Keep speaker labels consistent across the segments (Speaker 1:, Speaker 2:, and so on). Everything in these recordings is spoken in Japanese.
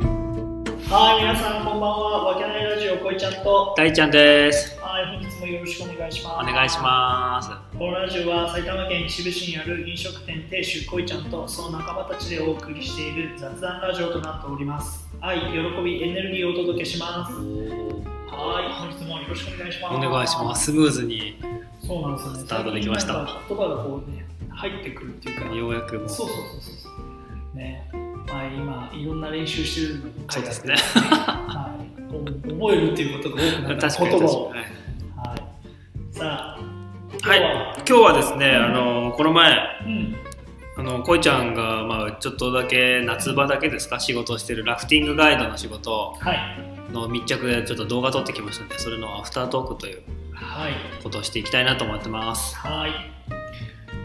Speaker 1: はい、皆さんこんばんは。わけないラジオ、こいちゃんと。
Speaker 2: 大ちゃんです。
Speaker 1: はい、本日もよろしくお願いし
Speaker 2: お
Speaker 1: ます。
Speaker 2: 願いします。
Speaker 1: す。このラジオは埼玉県秩父市にある飲食店亭主こいちゃんとその仲間たちでお送りしている雑談ラジオとなっております。愛、喜び、エネルギーをお届けします。はい、本日もよろしくお願いします。
Speaker 2: お願いします。スムーズに
Speaker 1: す。そうなんですよね。
Speaker 2: スタートできました
Speaker 1: 最近なんか言葉がこうね、入ってくるっていうか。
Speaker 2: ようやくもう
Speaker 1: そうそうそうそうそう。ね。まあ今いろんな練習してるのに
Speaker 2: そうですね
Speaker 1: はい、こう覚えるっていうことが多くなっ
Speaker 2: 確
Speaker 1: た
Speaker 2: かに
Speaker 1: 言葉を。
Speaker 2: 確かに
Speaker 1: はい。さあ、
Speaker 2: はい、今日はですね、あのこの前、
Speaker 1: うん。
Speaker 2: あのこいちゃんがまあちょっとだけ夏場だけですか仕事をしてるラフティングガイドの仕事
Speaker 1: はい。
Speaker 2: の密着でちょっと動画撮ってきましたので、それのアフタートークという
Speaker 1: はい。
Speaker 2: ことをしていきたいなと思ってます。
Speaker 1: はい。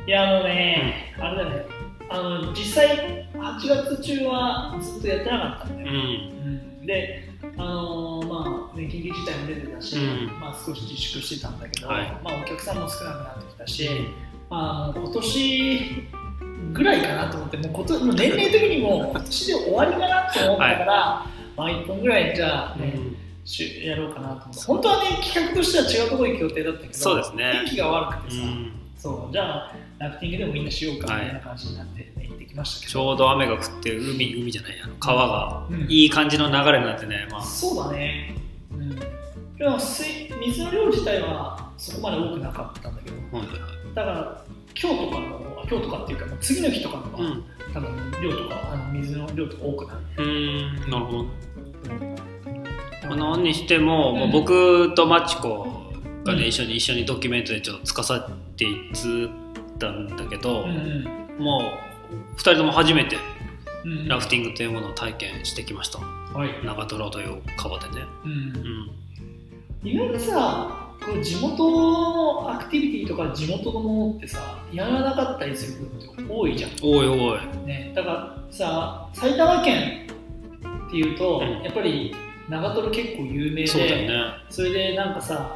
Speaker 1: いや、あのね、あれだね。あの、実際、8月中はずっとやってなかったんだよ。
Speaker 2: うん、
Speaker 1: うんで、あのーまあ、ね、緊急事態も出てたし、
Speaker 2: うん
Speaker 1: まあ、少し自粛してたんだけど、
Speaker 2: はい
Speaker 1: まあ、お客さんも少なくなってきたし、まあ、今年ぐらいかなと思って、もうこともう年齢的に も今年で終わりかなと思ったから、まあ、1本ぐらいじゃあ、ね
Speaker 2: うん
Speaker 1: しやろうかなと思って本当はね企画としては違うところに協定だったけど
Speaker 2: そうですね
Speaker 1: 天気が悪く
Speaker 2: う
Speaker 1: てさ、
Speaker 2: ん
Speaker 1: そうじゃあラフティングでもみんなしようか
Speaker 2: はい
Speaker 1: みたいな感じになって、ね行ってきましたけ
Speaker 2: ち
Speaker 1: ど
Speaker 2: ょうど雨が降って海海じゃないあの川が
Speaker 1: うん
Speaker 2: いい感じの流れになってね、まあ
Speaker 1: そうだねうんでも水水の量自体はそこまで多くなかったんだけど
Speaker 2: はいはい
Speaker 1: だから今日とかの今日とかっていうか次の日とかの方
Speaker 2: はいう
Speaker 1: が、
Speaker 2: ん
Speaker 1: 多分量とかあの水の量とか多くなる
Speaker 2: うーんなるほどまあ何にしても、まあ僕とマチコがね、
Speaker 1: うん
Speaker 2: 一緒に一緒にドキュメントでちょっとつかさっていつったんだけど、
Speaker 1: うん
Speaker 2: もう2人とも初めて
Speaker 1: うん
Speaker 2: ラフティングというものを体験してきました、
Speaker 1: はい、
Speaker 2: 長瀞という川でね、
Speaker 1: うん
Speaker 2: うん、
Speaker 1: 意外とさこう地元のアクティビティとか地元のものってさやらなかったりすることって多いじゃ
Speaker 2: おいおい
Speaker 1: んねだからさ埼玉県っていうと、
Speaker 2: うん
Speaker 1: やっぱり長瀞結構有名で
Speaker 2: そうだよね
Speaker 1: それでなんかさ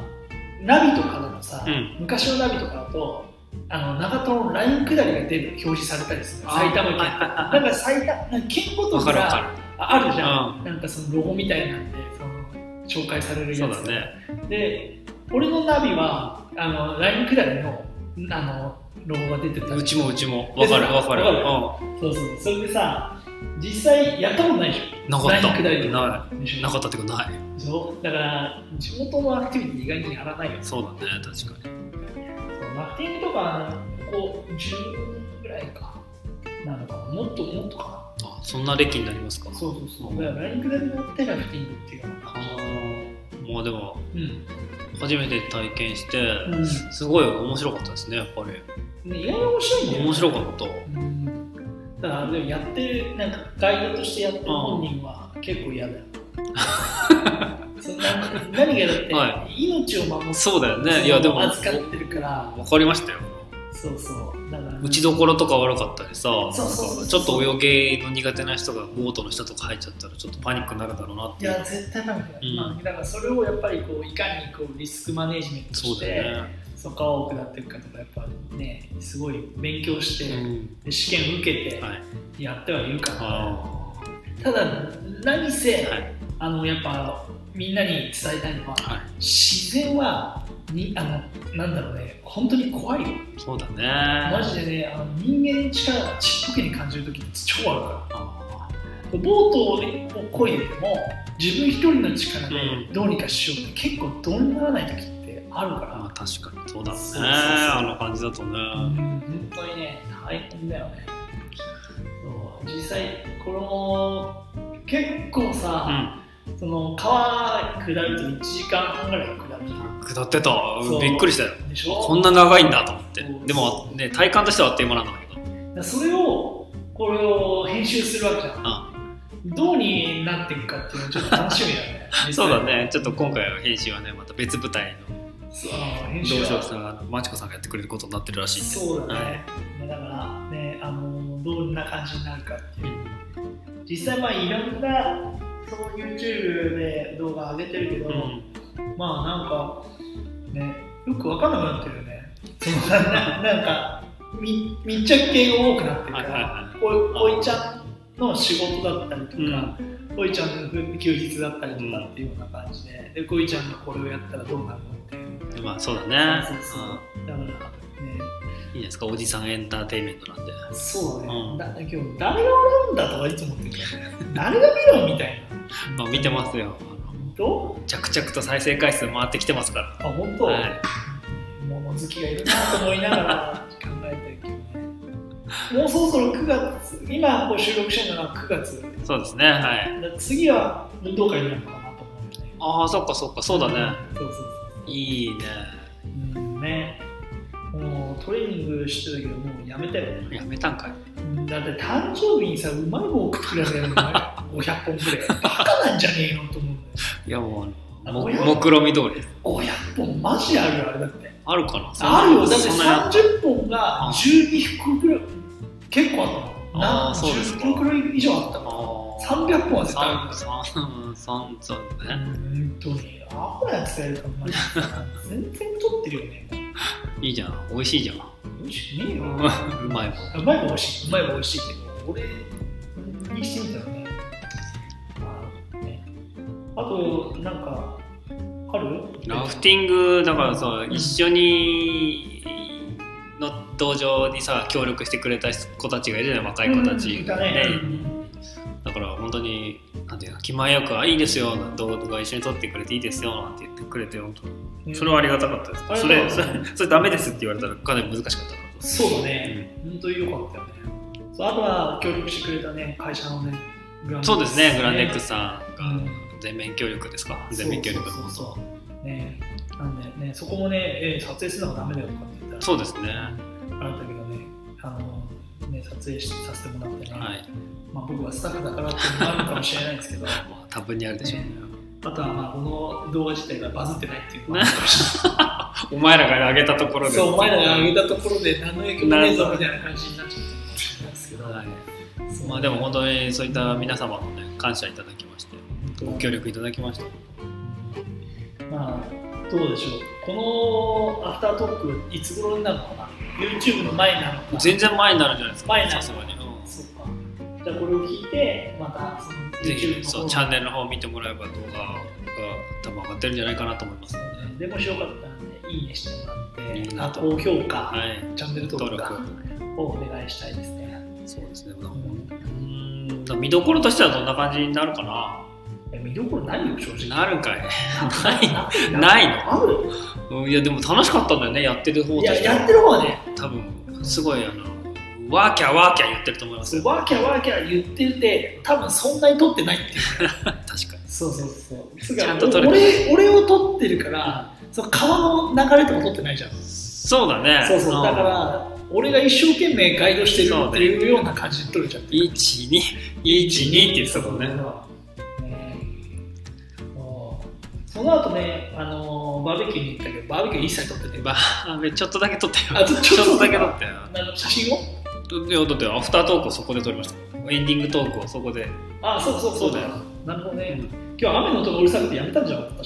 Speaker 1: ナビとかだとさ、
Speaker 2: うん
Speaker 1: 昔のナビとかだとあの長瀞のライン下りが出る表示されたりするの埼 玉県
Speaker 2: あ
Speaker 1: だから埼玉なんか県ごと
Speaker 2: わ
Speaker 1: に
Speaker 2: かるわ
Speaker 1: さ
Speaker 2: か
Speaker 1: ああるじゃん、
Speaker 2: う
Speaker 1: なんかそのロゴみたいなんでその紹介される
Speaker 2: る
Speaker 1: やつ
Speaker 2: そう
Speaker 1: とか
Speaker 2: だね
Speaker 1: で俺のナビはあのライン下りのあのロゴが出てた
Speaker 2: うちもうちもわかるわかるう
Speaker 1: そうそうそれでさ実際やったことないでし
Speaker 2: んなかった
Speaker 1: ライン下りの
Speaker 2: な
Speaker 1: ょでし
Speaker 2: い
Speaker 1: ょ
Speaker 2: なかったってことない
Speaker 1: そうだから地元のアクティビティ意外にやらないよね
Speaker 2: そうだね確かに
Speaker 1: そうラフティングとかはねここ10ぐらいかなのかなもっともっとか
Speaker 2: あそんな歴になりますか
Speaker 1: なそうそうそうだからライン下りのってラフティングっていうのか
Speaker 2: あーもうでも
Speaker 1: うん、
Speaker 2: 初めて体験して
Speaker 1: うん
Speaker 2: すごい面白かったですねやっぱり
Speaker 1: ね、意外に面白いんだよね
Speaker 2: 面白かった
Speaker 1: うんただでもやってるなんかガイドとしてやってる本人は結構嫌 だよそんな何が嫌だって、
Speaker 2: は
Speaker 1: 命を守って
Speaker 2: そうだよねいやでも分
Speaker 1: 扱ってるから
Speaker 2: かりましたよ
Speaker 1: そうそうだから
Speaker 2: 打ちどころとか悪かったりさなん
Speaker 1: そうそうそう
Speaker 2: かちょっと泳ぎの苦手な人がボートの下とか入っちゃったらちょっとパニックになるだろうなっ
Speaker 1: い
Speaker 2: ていう
Speaker 1: や絶対ダメだよ、
Speaker 2: うん
Speaker 1: まあ、だからそれをやっぱりこういかにこうリスクマネジメント
Speaker 2: そ
Speaker 1: し
Speaker 2: う
Speaker 1: て
Speaker 2: だよね
Speaker 1: そこを多くなっていくかとかやっぱねすごい勉強して、
Speaker 2: うん
Speaker 1: で試験受けて
Speaker 2: はい
Speaker 1: やってはいるから、
Speaker 2: あ
Speaker 1: ただ何せ、
Speaker 2: ーはい
Speaker 1: あのやっぱみんなに伝えたいのは
Speaker 2: はい
Speaker 1: 自然はにあのなんだろうね本当に怖いよ
Speaker 2: そうだね
Speaker 1: マジでねあの人間の力がちっぽけに感じる時って超あるか
Speaker 2: あ
Speaker 1: らボートをねこいでても自分一人の力で
Speaker 2: うん
Speaker 1: どうにかしようって結構どうにもならない時ってあるか
Speaker 2: ーまあ
Speaker 1: ら
Speaker 2: 確かにそうだろう
Speaker 1: そうそうそう
Speaker 2: ねあの感じだとね
Speaker 1: うん本当にね大変だよねそう実際この結構
Speaker 2: う
Speaker 1: さ、
Speaker 2: ん
Speaker 1: その川下ると1時間半ぐらい下るじゃん
Speaker 2: 下ってた
Speaker 1: そう
Speaker 2: びっくりしたよ
Speaker 1: でしょ
Speaker 2: こんな長いんだと思って
Speaker 1: そう
Speaker 2: でもね体感としてはあっという間なんだけど
Speaker 1: それをこれを編集するわけじゃん、どうになっていくかっていうのはちょっと楽しみだね 実際
Speaker 2: そうだね、ちょっと今回は編集はね、また別舞台の
Speaker 1: そう編
Speaker 2: 同
Speaker 1: 集
Speaker 2: 志
Speaker 1: は
Speaker 2: さんが、マチコさんがやってくれることになってるらしいんで。
Speaker 1: そうだね、だからねあのどんな感じになるかっていう実際まあいろんなその YouTube で動画上げてるけど、
Speaker 2: うん、
Speaker 1: まあなんかねよく分かんなくなってるよね そのなななんかみ密着系が多くなってるから、
Speaker 2: はいはいはい
Speaker 1: こいこいちゃんの仕事だったりとか、
Speaker 2: うん
Speaker 1: こいちゃんの休日だったりとかっていうような感じで、でこいちゃんがこれをやったらどうなるのっていう。
Speaker 2: まあそうだね
Speaker 1: そうそうそうだからね、
Speaker 2: うんいいですかおじさんエンターテインメントなんで
Speaker 1: そうだね、
Speaker 2: うん
Speaker 1: だ今日誰が笑うんだとかいつも思ってるけど誰が見ろみたいな。
Speaker 2: まあ見てますよ
Speaker 1: どう
Speaker 2: 着々と再生回数回ってきてますか
Speaker 1: あ、本当、
Speaker 2: ら、はい、
Speaker 1: 物好きがいるなと思いながら考えてるけどね。もうそろそろ9月、今こう収録してるのが9月。
Speaker 2: そうですねはい
Speaker 1: だから次は運動会になるのかなと思うよね。
Speaker 2: ああそっかそっかそうだね、
Speaker 1: ん。そうそうそう。
Speaker 2: いいね
Speaker 1: うんね。もうトレーニングしてたけど、もうやめたよね。
Speaker 2: やめたんかい
Speaker 1: だって誕生日にさ、うまい棒送ってくれたよ、ね、500本くらい。バカなんじゃねえのと思うんだよ。
Speaker 2: いやもう
Speaker 1: あ
Speaker 2: も
Speaker 1: おや
Speaker 2: 目論見通りです
Speaker 1: 500本マジであるよ、あれだって。
Speaker 2: あるかなそんな
Speaker 1: あるよ、だって
Speaker 2: そんなや
Speaker 1: 30本が12袋くらい。結構あったの。
Speaker 2: あーそうですか
Speaker 1: 10袋以上あったの。
Speaker 2: あー
Speaker 1: 300本は絶対あ
Speaker 2: 三
Speaker 1: る
Speaker 2: 三三そうですね
Speaker 1: 本当に。アホなやつだよ、マ ジで全然太ってるよね。
Speaker 2: いいじゃん美味しいじゃん
Speaker 1: 美味しくねえよ。
Speaker 2: うまいも
Speaker 1: う
Speaker 2: ん
Speaker 1: まいも美味しい、うまいも美味しいけど、俺にしてみたらね。まあねあと、なんか、ある
Speaker 2: ラフティングだからさ
Speaker 1: うん
Speaker 2: 一緒にの道場にさ協力してくれた子たちがいるじゃない若い子た
Speaker 1: うん
Speaker 2: ち
Speaker 1: いたね
Speaker 2: だから本当になんていうの気前よく「あいいですよ」動画一緒に撮ってくれていいですよなんて言ってくれて本当に
Speaker 1: うん
Speaker 2: それはありがたかったです、
Speaker 1: あり
Speaker 2: そ
Speaker 1: がたかっ
Speaker 2: れ
Speaker 1: た
Speaker 2: それそれダメですって言われたらかなり難しかったから
Speaker 1: そうだね、本当によかったよね。そうあとは、協力してくれたね、会社のね、グランデックス
Speaker 2: そうですねグランデックスさん
Speaker 1: う
Speaker 2: が
Speaker 1: ん
Speaker 2: 全面協力ですか全面協力
Speaker 1: そうそうそうそうねなんでね、そこもね、えー撮影するのがダメだよとかって言ったら、
Speaker 2: そうですねは
Speaker 1: あれだけどね、あのね撮影しさせてもらってね、
Speaker 2: い
Speaker 1: まあ、僕はスタッフだからっていうのもあるかもしれないです けど、
Speaker 2: まあ多分にあるでしょうね
Speaker 1: あとはまあこの動画自体がバズってないっていうのもあるかもし
Speaker 2: お前らが上げたとこ
Speaker 1: れない
Speaker 2: ろ で
Speaker 1: そう、お前らが上げたところで何の影響もないぞみたいな感じになっちゃったんですけど、
Speaker 2: はい
Speaker 1: そう
Speaker 2: まあでも本当にそういった皆様のね感謝いただきましてご協力いただきました
Speaker 1: まあ、どうでしょう、このアフタートーク、いつ頃になるのかな、YouTube の前になるのかな、
Speaker 2: 全然前になるんじゃないですか
Speaker 1: 前にな
Speaker 2: さ
Speaker 1: る
Speaker 2: すがにうん
Speaker 1: そうか、じゃあこれを聞いて、またその
Speaker 2: ぜひ
Speaker 1: YouTube の
Speaker 2: そうチャンネルの方を見てもらえば動画が多分上がってるんじゃないかなと思いますので
Speaker 1: でもしよかったらね、いいねしてもら
Speaker 2: い
Speaker 1: っ
Speaker 2: い
Speaker 1: て、
Speaker 2: な
Speaker 1: あ
Speaker 2: と
Speaker 1: 高評価、
Speaker 2: はい
Speaker 1: チャンネル登
Speaker 2: 登
Speaker 1: 録
Speaker 2: 録
Speaker 1: をお願いしたいですね。
Speaker 2: そうですね
Speaker 1: う
Speaker 2: うんーん見どころとしてはどんな感じになるかな
Speaker 1: え見どころないよ、正直。
Speaker 2: なるんかいな
Speaker 1: ない
Speaker 2: ないの
Speaker 1: ある
Speaker 2: うんいやでも楽しかったんだよねやってる方
Speaker 1: い
Speaker 2: と
Speaker 1: や、
Speaker 2: して
Speaker 1: やっ
Speaker 2: は
Speaker 1: てる方はね、
Speaker 2: 多分すごいあのワーキャーワーキャー言ってると思いますよ
Speaker 1: ワーキャーワーキャー言ってて、多分そんなに撮ってないっていう。
Speaker 2: 確かに
Speaker 1: そうそうそう。
Speaker 2: ちゃんと撮れて
Speaker 1: 俺俺を撮ってるから、その川の流れとか撮ってないじゃん。
Speaker 2: そうだね
Speaker 1: そうそう。
Speaker 2: ん
Speaker 1: だから、俺が一生懸命ガイドしてる
Speaker 2: そ
Speaker 1: っ
Speaker 2: うね
Speaker 1: ていうような感じで撮れちゃってる。
Speaker 2: 1212って言ってたもんね
Speaker 1: ねもうその後ね、あのーバーベキューに行ったけど、バーベキュー一切撮ってて、
Speaker 2: バーベちょっとだけ撮った
Speaker 1: あ
Speaker 2: よ
Speaker 1: ちょ
Speaker 2: ちょっとだけ撮
Speaker 1: だ
Speaker 2: ったよ
Speaker 1: 写真を
Speaker 2: いやだってアフタートークをそこで撮りましたエンディングトークをそこで、
Speaker 1: あ、そうそうそうだよ。なるほどね。今日雨の音がうるさくてやめたんじゃなかった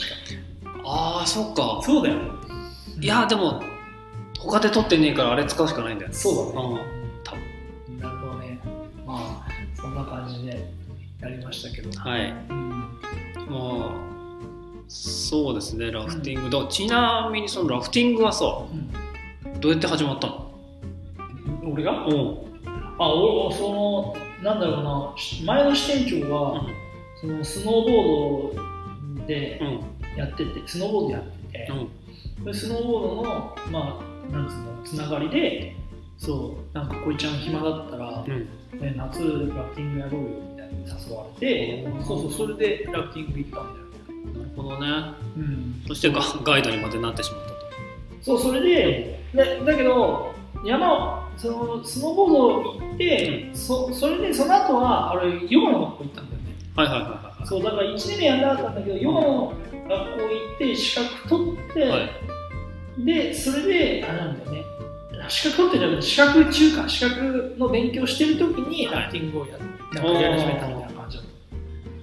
Speaker 1: 確
Speaker 2: ああそっ
Speaker 1: か
Speaker 2: か
Speaker 1: そうだよ
Speaker 2: いやでも他で撮ってねえからあれ使うしかないんだよ
Speaker 1: そう
Speaker 2: う
Speaker 1: だね
Speaker 2: ん
Speaker 1: なるほどねまあそんな感じでやりましたけど
Speaker 2: はい
Speaker 1: うん
Speaker 2: まあそうですねラフティング、だからちなみにそのラフティングはさどうやって始まったの
Speaker 1: 俺が
Speaker 2: うん
Speaker 1: あ俺はそのなんだろうなし前の支店長
Speaker 2: う
Speaker 1: が、
Speaker 2: ん
Speaker 1: そのスノーボードで
Speaker 2: うん
Speaker 1: やっててスノーボードやってて
Speaker 2: う、ん
Speaker 1: でスノーボードのまあなんつうのつながりでそうなんかこいちゃん暇だったら、
Speaker 2: うん
Speaker 1: ね、夏ラフティングやろうよみたいに誘われて、
Speaker 2: うん
Speaker 1: そうそうそれでラフティング行ったんだよね、
Speaker 2: なるほどね
Speaker 1: うん、
Speaker 2: そしてガガイドにまでなってしまったと
Speaker 1: そうそれでだだけど山をそのスノーボード行って、そそれでその後はあれヨガの学校行ったんだよね
Speaker 2: はいはいはいはいはい
Speaker 1: そうだから1年目やんなかったんだけどヨガの学校行って資格取って、
Speaker 2: はい
Speaker 1: でそれであれなんだよね資格取ってじゃなくて資格中間資格の勉強してる時に
Speaker 2: はい
Speaker 1: ラフティングをや,、なんかやり始めたみたいな感じだっ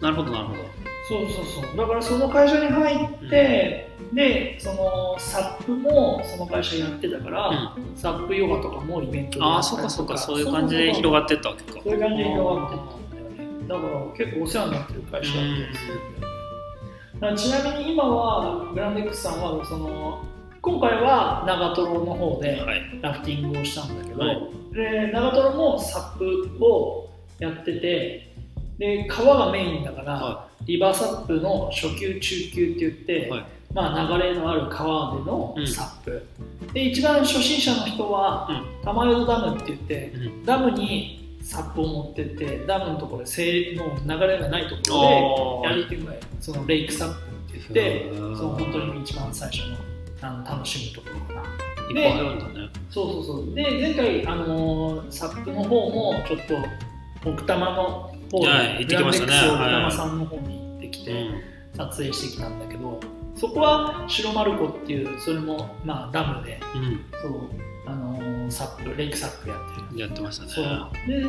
Speaker 1: た
Speaker 2: なるほどなるほど
Speaker 1: そうそうそうだからその会社に入って、でそのサップもその会社やってたから、
Speaker 2: うん
Speaker 1: サップヨガとかもイベントで
Speaker 2: ああそっかそっかそういう感じで広がってったわけか
Speaker 1: そういう感じで広がってったんだよだから結構お世話になってる会社だったりするんだよねだからちなみに今はグランデックスさんはその今回は長瀞の方で
Speaker 2: はい
Speaker 1: ラフティングをしたんだけど、
Speaker 2: はい
Speaker 1: で長瀞もサップをやっててで川がメインだから、
Speaker 2: は
Speaker 1: リバーサップの初級中級って言って、
Speaker 2: はい
Speaker 1: まあ、流れのある川での
Speaker 2: うん
Speaker 1: サップ、で一番初心者の人は、玉淀ダムって言って
Speaker 2: い、うん
Speaker 1: ダムにサップを持ってってダムのところでせいもう流れがないところ
Speaker 2: あ
Speaker 1: でや
Speaker 2: ー
Speaker 1: るっていうぐらいそのレイクサップって言ってそ
Speaker 2: うん
Speaker 1: の本当に一番最初のあの楽しむところかな。
Speaker 2: いっぱいあるんだね
Speaker 1: そうそうそうで前回、あのーサップの方もちょっと奥多摩の方に、
Speaker 2: はい行ってきましたね
Speaker 1: グランデックス奥多摩
Speaker 2: はい
Speaker 1: さんの方に行ってきて、撮影してきたんだけどそこは白丸湖っていうそれもまあダムで
Speaker 2: うん、
Speaker 1: そう、あのーサップレイクサップやってる
Speaker 2: うん、やってましたね
Speaker 1: そうで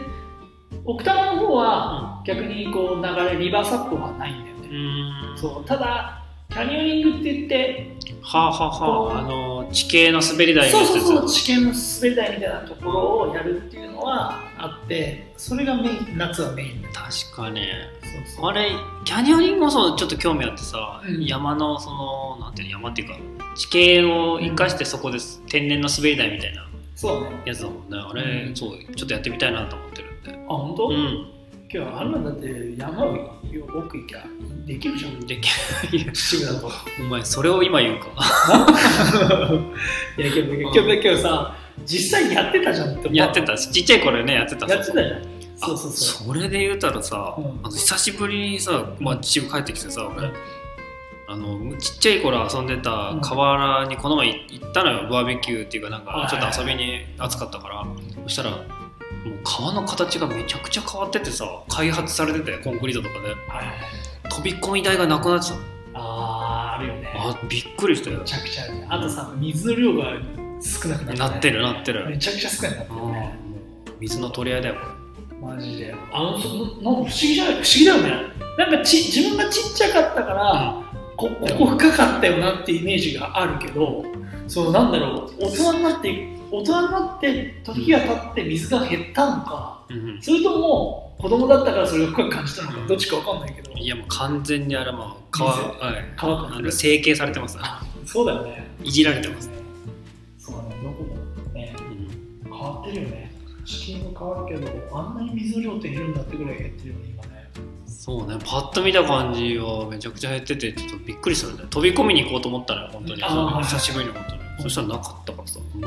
Speaker 1: 奥多摩の方は
Speaker 2: う
Speaker 1: 逆にこう流れリバーサップはないんだよね、
Speaker 2: ん
Speaker 1: そうただキャニオニングって言って
Speaker 2: はあ、はあはあ、あの地形の滑り台の
Speaker 1: そう
Speaker 2: やつ
Speaker 1: そう
Speaker 2: です
Speaker 1: そう試験の滑り台みたいなところをやるっていうのはあってそれがメイン夏はメインだ
Speaker 2: 確かに
Speaker 1: そうそう
Speaker 2: あれキャニオニングもそうちょっと興味あってさ、
Speaker 1: うん
Speaker 2: 山のそのなんていうの山っていうか地形を生かしてそこで天然の滑り台みたいな
Speaker 1: そうね
Speaker 2: やつだもんねあれ、
Speaker 1: うん
Speaker 2: そうちょっとやってみたいなと思ってるんで
Speaker 1: あ本当、
Speaker 2: う
Speaker 1: 今
Speaker 2: ん
Speaker 1: 日あんなんだって山を奥行きゃできるじゃん
Speaker 2: できいや
Speaker 1: 秩父だと
Speaker 2: お前それを今言うか
Speaker 1: いや今日今日今日さ実際やってたじゃんって思う
Speaker 2: やってたしちっちゃい頃ねやってた
Speaker 1: やってたじゃんそうそうそう
Speaker 2: それで言うたらさ、
Speaker 1: うん
Speaker 2: あの久しぶりにさ、まあ、秩父帰ってきてさ俺、あのちっちゃい頃遊んでた河原にこの前行ったのよバーベキューっていうかな
Speaker 1: は
Speaker 2: ん
Speaker 1: い
Speaker 2: か
Speaker 1: はい
Speaker 2: ちょ
Speaker 1: はい
Speaker 2: っと遊びに暑かったからそしたらもう川の形がめちゃくちゃ変わっててさ開発されててコンクリートとかで
Speaker 1: はいはいはい
Speaker 2: 飛び込み台がなくなってたの
Speaker 1: あーあるよね
Speaker 2: あびっくりしたよ
Speaker 1: めちゃくちゃあるねあとさ水の量が少なくなった、
Speaker 2: なってるなって
Speaker 1: め
Speaker 2: る、
Speaker 1: ちゃくちゃ少なくなった
Speaker 2: うん
Speaker 1: よね
Speaker 2: 水の取り合いだよこ
Speaker 1: マジで。あの、そのなんか不思議じゃない不思議だよね。なんかち自分がちっちゃかったから、こここ深かったよなってイメージがあるけど、そのなんだろう、大人になって、大人になって時が経って水が減ったのか、
Speaker 2: れ、うん
Speaker 1: それとも子供だったからそれを深く感じたの
Speaker 2: う
Speaker 1: か、
Speaker 2: ん
Speaker 1: どっちかわかんないけど
Speaker 2: うん、いやもう完全にあれもう川、
Speaker 1: 水
Speaker 2: はい、
Speaker 1: 乾く
Speaker 2: あ
Speaker 1: の
Speaker 2: の整形されてます
Speaker 1: そうだよね。
Speaker 2: いじられてます、
Speaker 1: そうだね、どこもね、変わってるよね。地球も変わるけど、あんなに水の量って減るんだってぐらい減ってるよね、今ね。
Speaker 2: そうねパッと見た感じはめちゃくちゃ減っててちょっとびっくりしたんだよ飛び込みに行こうと思ったのよ本当に
Speaker 1: あーはい
Speaker 2: 久しぶりに本当にそしたらなかったからさ全く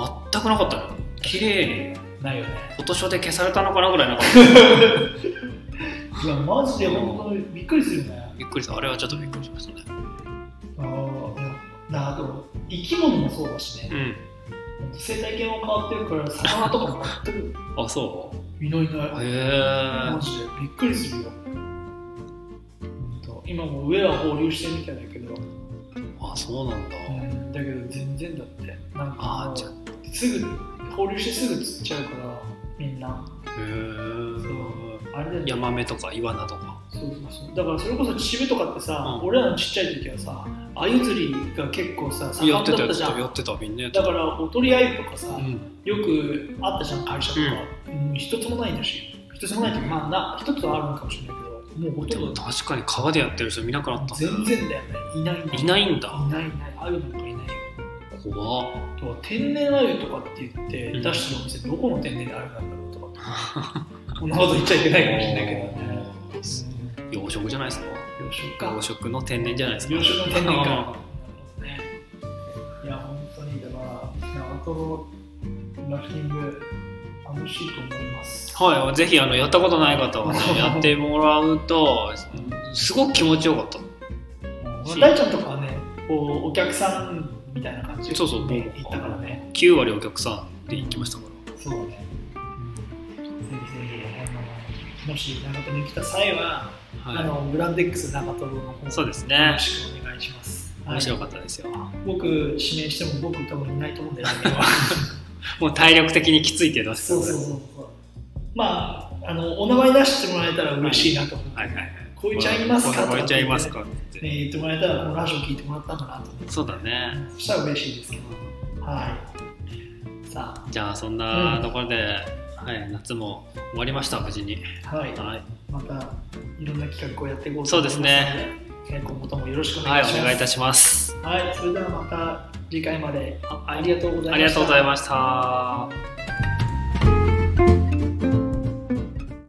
Speaker 2: なかったのよ綺麗に
Speaker 1: ないよね。
Speaker 2: フォトショーで消されたのかなぐらいなかった
Speaker 1: いや、マジで本当にびっくりするよね。
Speaker 2: びっくりしたあれはちょっとびっくりしましたね
Speaker 1: あーいやだあと生き物もそうだしね、生態系も変わってるから魚とかも全く
Speaker 2: うんあそ
Speaker 1: 見のいないう
Speaker 2: へ
Speaker 1: マ
Speaker 2: え
Speaker 1: ジでびっくりするよほんと今も上は放流してるみたいだけど、う
Speaker 2: あそうなんだ
Speaker 1: ん、だけど全然だってなんか
Speaker 2: あ
Speaker 1: も
Speaker 2: ーじゃ
Speaker 1: うすぐ放流してすぐ釣っちゃうからみんな
Speaker 2: へ
Speaker 1: あれだよね
Speaker 2: えヤマメとかイワナとか
Speaker 1: そうそうそうだからそれこそ秩父とかってさ、
Speaker 2: うん
Speaker 1: 俺らのちっちゃい時はさ鮎釣りが結構さ盛
Speaker 2: や
Speaker 1: ん
Speaker 2: ってた
Speaker 1: だった
Speaker 2: やって
Speaker 1: じゃ
Speaker 2: た
Speaker 1: ん
Speaker 2: やってたみんなやって
Speaker 1: だ
Speaker 2: た
Speaker 1: からおとりあゆとかさ、
Speaker 2: うん
Speaker 1: よくあったじゃん会社とか、うん、一つもないんだし一つもないっていうかまあな一つはあるのかもしれないけどもうほ
Speaker 2: で
Speaker 1: と
Speaker 2: も
Speaker 1: んど
Speaker 2: 確かに川でやってる人見なくなった
Speaker 1: 全然だよねいないんだ
Speaker 2: いないんだ
Speaker 1: いないいないあゆなんかいないよ
Speaker 2: 怖っ
Speaker 1: あとは天然あゆとかって言って
Speaker 2: うん
Speaker 1: 出してるお店どこの天然あゆなんだろうとかこんなこと言っちゃいけないかもしれないけどね
Speaker 2: 養殖じゃないですか
Speaker 1: 養殖か
Speaker 2: 養殖の天然じゃないですか
Speaker 1: 養殖の天 然かなるほどねいや本当にだから長瀞ラフティング楽しいと思います
Speaker 2: はいぜひあのやったことない方 はねやってもらうとすごく気持ちよかった
Speaker 1: うん大ちゃんとかはねこうお客さんみたいな感じで
Speaker 2: そうそう
Speaker 1: 行ったからね
Speaker 2: 9割お客さんで行きましたか
Speaker 1: そうねぜひぜひあのもし長友に来た際は、
Speaker 2: ら、は
Speaker 1: あ
Speaker 2: い、
Speaker 1: のグランデックス長友の方
Speaker 2: そう
Speaker 1: よ
Speaker 2: ですね
Speaker 1: ろしくお願いします、
Speaker 2: 面白
Speaker 1: はい
Speaker 2: かったですよ、
Speaker 1: 僕指名しても僕多分いないと思うんだよね
Speaker 2: もう体力的にきついけど
Speaker 1: そうそうそうそうまああのお名前出してもらえたら嬉しいなと思う、
Speaker 2: はいはいはい
Speaker 1: こういうちゃんいますか
Speaker 2: こういうちゃんいます
Speaker 1: と
Speaker 2: か
Speaker 1: かね言ってもらえたらこのラジオ聞いてもらったんだなと思って
Speaker 2: そうだね
Speaker 1: そしたら嬉しいですけどはいさあ
Speaker 2: じゃあそんなところで、はい、夏も終わりました無事に
Speaker 1: はい、
Speaker 2: はい
Speaker 1: ままたいろんな企画をやっていこうと
Speaker 2: そうですね
Speaker 1: 思いますのでえー今後ともよろしくお願
Speaker 2: はい
Speaker 1: いします。
Speaker 2: お願いいたします
Speaker 1: はい、それではまた次回まであありがとうございました。
Speaker 2: ありがとうございました